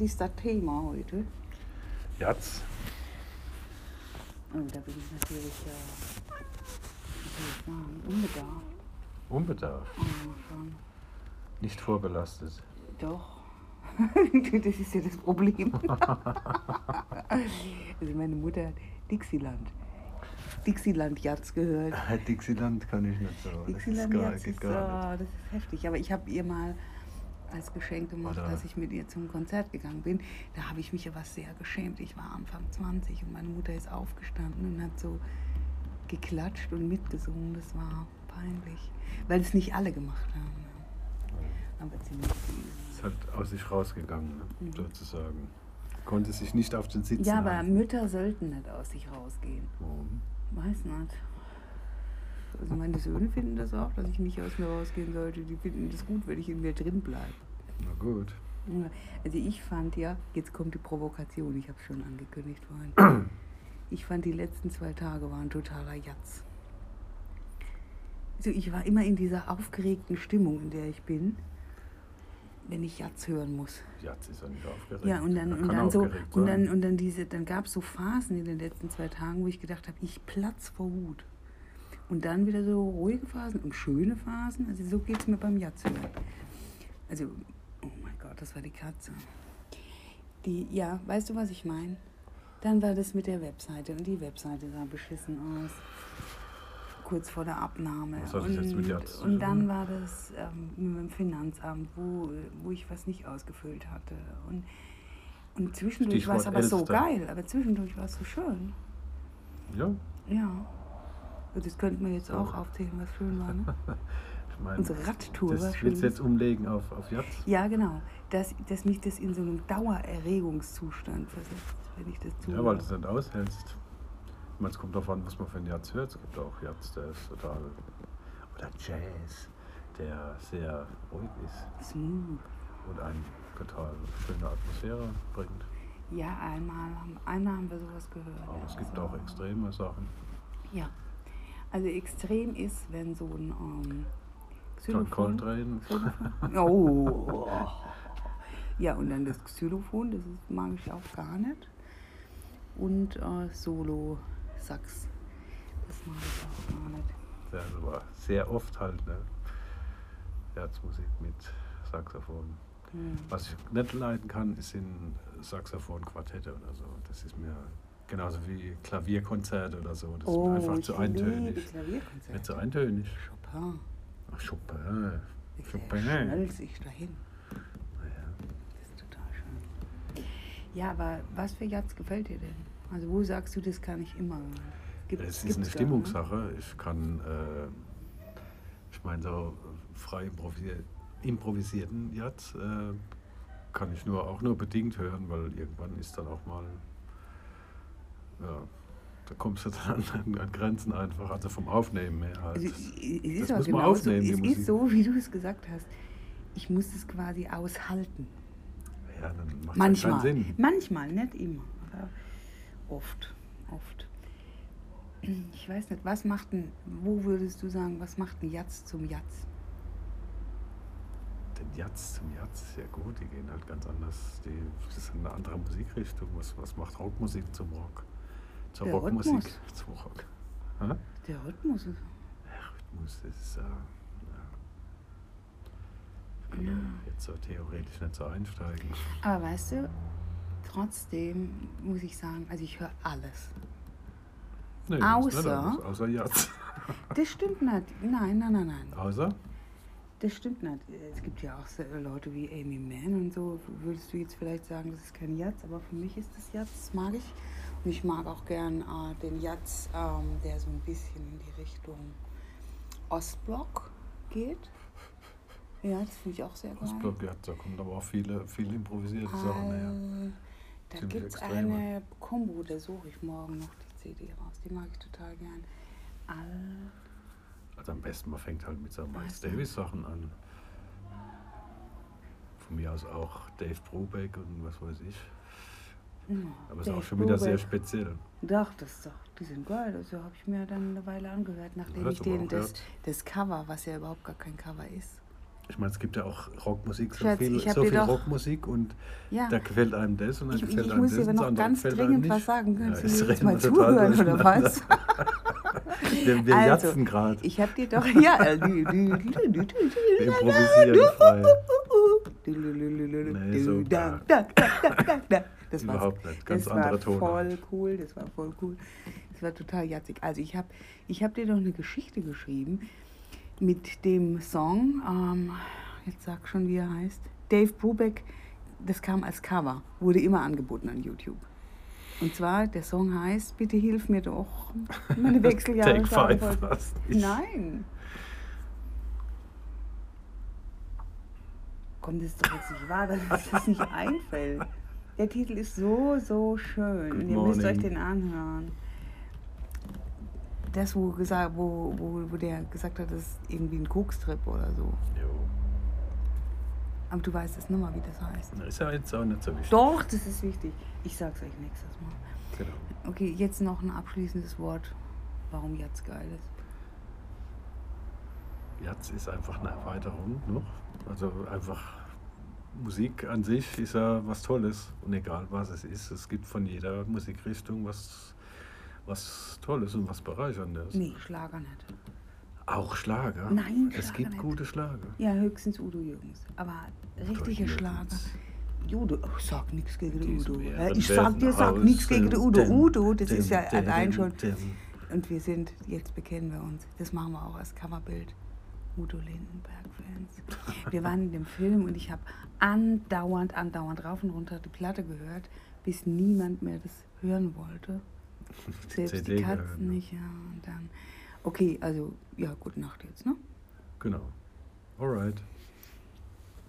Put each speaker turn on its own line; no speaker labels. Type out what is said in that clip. ist das Thema heute.
Jatz.
Und Oh, da bin ich natürlich äh, wie soll ich sagen, unbedarft.
Unbedarf.
Ja, Ah, schon.
Nicht vorbelastet.
Doch. das ist ja das Problem. also meine Mutter hat Dixieland. Dixieland-Jatz gehört.
Äh, Dixieland kann ich nicht so. Das ist
Dixieland
gar,
Jazz
geht
ist,
gar nicht.
ah, das ist heftig. Aber ich habe ihr mal als Geschenk gemacht,
Warte.
dass ich mit ihr zum Konzert gegangen bin. Da habe ich mich aber sehr geschämt. Ich war Anfang 20 und meine Mutter ist aufgestanden und hat so geklatscht und mitgesungen. Das war peinlich, weil es nicht alle gemacht haben. Aber ziemlich viele.
Ist halt aus sich rausgegangen, ne?
Mhm.
sozusagen. Konnte sich nicht auf den Sitzen
Ja, aber
halten.
Mütter sollten nicht aus sich rausgehen.
Warum?
Weiß nicht. Also meine Söhne finden das auch, dass ich nicht aus mir rausgehen sollte. Die finden das gut, wenn ich in mir drin bleibe.
Na gut.
Ja, Also ich fand ja, jetzt kommt die Provokation, ich habe schon angekündigt vorhin. Ich fand die letzten zwei Tage waren totaler Jatz. Also ich war immer in dieser aufgeregten Stimmung, in der ich bin, wenn ich Jatz hören muss.
Jatz ist ja nicht aufgeregt.
Ja, und dann,
Man
und
kann
dann so,
aufgeregt
und
sein.
dann, und dann diese, dann gab es so Phasen in den letzten zwei Tagen, wo ich gedacht habe, ich platz vor Wut. Und dann wieder so ruhige Phasen und schöne Phasen. Also so geht es mir beim Jatz hören. Also, oh mein Gott, das war die Katze. Die, ja, weißt du, was ich meine? Dann war das mit der Webseite und die Webseite sah beschissen aus. Kurz vor der Abnahme.
Was hat das jetzt mit Jatz zu
und
tun?
dann war das ähm, mit dem Finanzamt, wo, wo ich was nicht ausgefüllt hatte. Und, und zwischendurch war es
Stichwort
aber so
Elster.
geil, aber zwischendurch war es so schön.
Ja,
Ja. Und das könnten wir jetzt
Oh.
auch aufzählen, was schön war. Ne?
ich meine,
Unsere Radtour war
das
schön.
willst du jetzt umlegen auf, auf Jatz?
Ja, genau. Dass, dass mich das in so einem Dauererregungszustand versetzt, wenn ich das tue.
Ja, weil du es nicht aushältst. Ich meine, es kommt darauf an, was man für einen Jazz hört. Es gibt auch Jazz, der ist total. Oder Jazz, der sehr ruhig ist
Smooth.
und eine total schöne Atmosphäre bringt.
Ja, einmal, haben- einmal haben wir sowas gehört.
Aber
ja.
es gibt
So.
auch extreme Sachen.
Ja. Also extrem ist, wenn so ein ähm,
John
Xylophon-
Coltrane.
Xylophon- Oh. Ja, und dann das Xylophon, das ist, mag ich auch gar nicht. Und äh, Solo-Sax. Das mag ich auch gar nicht.
Der war sehr oft halt ne? Jazzmusik mit Saxophon.
Hm.
Was ich nicht leiden kann, ist in Saxophonquartette oder so. Das ist mir genauso wie Klavierkonzerte oder so. Das ist mir einfach
Oh, ich
zu
liebe
eintönig.
Klavierkonzerte.
Nicht so eintönig.
Chopin.
Ach, Chopin.
Der
Chopin.
schnallt sich dahin.
Naja,
Das ist total schön. Ja, aber was für Jazz gefällt dir denn? Also wo sagst du, das kann ich immer hören? Gibt-
Es ist eine
gibt's da, ne?
Stimmungssache. Ich kann, äh, ich meine, so frei improvisier improvisierten Jazz äh, kann ich nur auch nur bedingt hören, weil irgendwann ist dann auch mal, ja, da kommst du dann an, an Grenzen einfach, also vom Aufnehmen her halt.
Also, es
das
ist auch
muss man
genau so,
aufnehmen, die
es
Musik.
ist so, wie du es gesagt hast. Ich muss es quasi aushalten.
ja, dann macht das halt keinen
Manchmal.
Sinn.
Manchmal, nicht immer. Aber oft. Oft. Ich weiß nicht, was macht ein, wo würdest du sagen, was macht ein Jatz zum Jatz?
Den Jazz zum Jazz ist ja gut, die gehen halt ganz anders. Die, das ist eine andere Musikrichtung. Was, was macht Rockmusik zum Rock? Zur
Der
Rockmusik
Rhythmus.
zum Rock. Hä?
Der Rhythmus ist.
Der Rhythmus das ist äh, ja. Ich kann da jetzt so theoretisch nicht so einsteigen.
Aber weißt du, trotzdem muss ich sagen, also ich höre alles.
Nee, das ist nicht
Außer-
anders. außer Jazz.
Das stimmt nicht. Nein, nein, nein, nein.
Außer?
Das stimmt nicht. Es gibt ja auch so Leute wie Amy Mann und so. Würdest du jetzt vielleicht sagen, das ist kein Jazz, aber für mich ist das Jazz, das mag ich. Und ich mag auch gern äh, den Jazz, ähm, der so ein bisschen in die Richtung Ostblock geht. Ja, das finde ich auch sehr geil.
Ostblock Jazz, da kommen aber auch viele, viele improvisierte Sachen her.
Äh, Da
Ziemlich
gibt es
extreme.
eine Kombo, da suche ich morgen noch die CD raus. Die mag ich total gern. Al
Also am besten, man fängt halt mit so Miles
Weißt du?
Davis Sachen an. Von mir aus auch Dave Brubeck und was weiß ich.
ja,
Aber es ist auch
Dave
schon wieder sehr
Brubeck.
speziell.
Doch, das ist doch, die sind geil. Also habe ich mir dann eine Weile angehört, nachdem
hast
ich
du aber
denen
auch
das,
gehört.
das Cover, was ja überhaupt gar kein Cover ist,
Ich meine, es gibt ja auch Rockmusik, so
Schatz,
viel,
ich hab
so
dir
viel
doch-
Rockmusik und
Ja.
da gefällt einem das und dann
Ich, ich,
gefällt
ich
einem
muss
das.
dir aber
und das
noch
andere
ganz
gefällt einem
dringend
nicht.
was sagen.
Ja,
Könntest
jetzt
du mir jetzt
reden
mal
wir total
zuhören oder
durcheinander.
was?
Wir, wir
Also,
jatzen gerade.
Ich hab dir doch. Ja. äh, dü- dü- dü- dü- dü-
Wir
dü- uh,
improvisieren frei.
dü- dü- dü- dü-
Nee,
dü-
so
da-
gar-
da- da- da- da- da. Das war's.
Überhaupt nicht. Ganz
das
andere
war
Tonart.
voll cool, das war voll cool. Das war total jatzig. Also ich habe ich hab dir doch eine Geschichte geschrieben mit dem Song, ähm, jetzt sag schon, wie er heißt, Dave Brubeck, das kam als Cover, wurde immer angeboten an YouTube. Und zwar, der Song heißt, bitte hilf mir doch, meine Wechseljahre.
Take five,
schaden voll-
was? Ich-
Nein. Komm, das ist doch jetzt nicht wahr, dass es das nicht einfällt. Der Titel ist so, so schön.
Good
Ihr müsst euch
morning.
den anhören. Das, wo, gesagt, wo, wo, wo der gesagt hat, das ist irgendwie ein Kokstrip oder so.
Jo.
Aber du weißt jetzt nochmal, wie das heißt.
Na, Ist ja jetzt auch nicht so wichtig.
Doch, das ist wichtig. Ich sag's euch nächstes Mal.
Genau.
Okay, jetzt noch ein abschließendes Wort, warum jetzt geil ist.
Jazz ist einfach eine Erweiterung noch. Also einfach Musik an sich ist ja was Tolles. Und egal was es ist, es gibt von jeder Musikrichtung was, was Tolles und was bereicherndes.
Nee, Schlager nicht.
Auch Schlager.
Nein,
Es
Schlager
gibt
nicht.
gute Schlager.
Ja, höchstens Udo Jürgens. Aber richtige
Durchschnittlich.
Schlager. Udo, oh, sag nichts gegen den
Diesem
Udo. Ja,
Ehrenwerten
ich sag dir, sag
Haus.
nichts gegen den Udo.
Dim,
Udo, das
dim,
ist ja
dim,
allein schon.
dim.
Und wir sind, jetzt bekennen wir uns, das machen wir auch als Coverbild. Udo Lindenberg-Fans. Wir waren in dem Film und ich habe andauernd, andauernd rauf und runter die Platte gehört, bis niemand mehr das hören wollte.
Die
Selbst die
CD
Katzen
gehört, ne?
nicht, ja. Und dann. Okay, also, ja, gute Nacht jetzt, ne?
Genau. Alright.